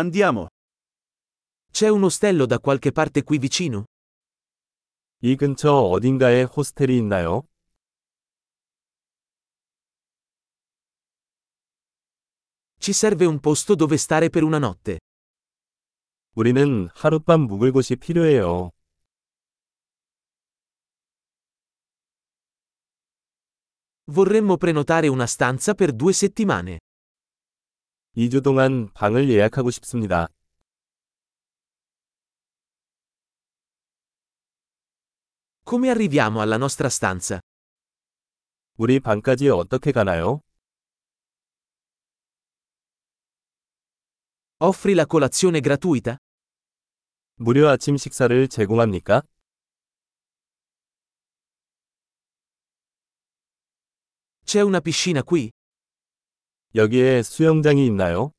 Andiamo. C'è un ostello da qualche parte qui vicino? 이 근처 어딘가에 호스텔이 있나요? Ci serve un posto dove stare per una notte. 우리는 하룻밤 묵을 곳이 필요해요. Vorremmo prenotare una stanza per due settimane. 2주 동안 방을 예약하고 싶습니다. Come arriviamo alla nostra stanza? 우리 방까지 어떻게 가나요? Offri la colazione gratuita? 무료 아침 식사를 제공합니까? C'è una piscina qui? 여기에 수영장이 있나요?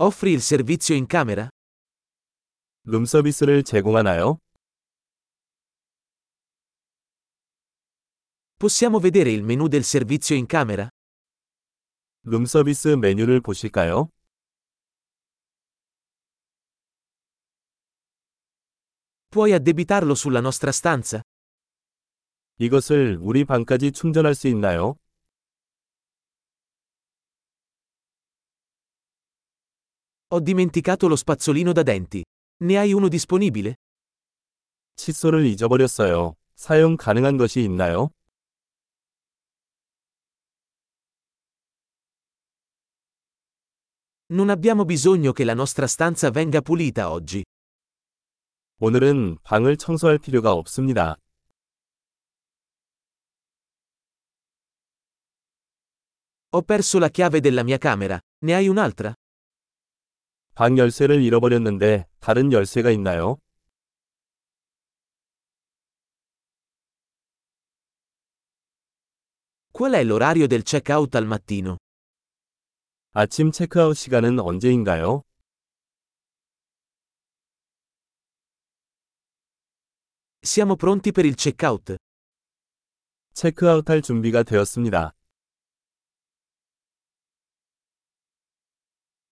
Offri il servizio in camera? 룸서비스를 제공하나요? Possiamo vedere il menu del servizio in camera? 룸서비스 메뉴를 보실까요? Puoi addebitarlo sulla nostra stanza? 이것을 우리 방까지 충전할 수 있나요? Ho dimenticato lo spazzolino da denti. Ne hai uno disponibile? 칫솔을 잊어버렸어요. 사용 가능한 것이 있나요? Non abbiamo bisogno che la nostra stanza venga pulita oggi. 오늘은 방을 청소할 필요가 없습니다. Ho perso la chiave della mia camera. Ne hai un'altra? 방 열쇠를 잃어버렸는데 다른 열쇠가 있나요? Qual è l'orario del check-out al mattino? 아침 체크아웃 시간은 언제인가요? Siamo pronti per il check-out. 체크아웃할 준비가 되었습니다.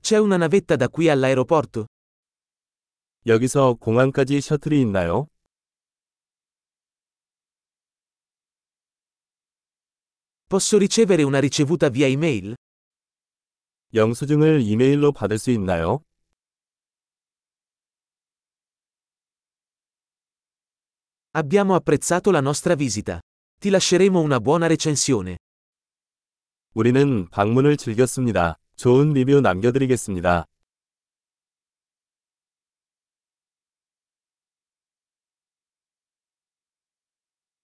C'è una navetta da qui all'aeroporto? 여기서 공항까지 셔틀이 있나요? Posso ricevere una ricevuta via email? 영수증을 이메일로 받을 수 있나요? Abbiamo apprezzato la nostra visita. Ti lasceremo una buona recensione. 우리는 방문을 즐겼습니다. 좋은 리뷰 남겨드리겠습니다.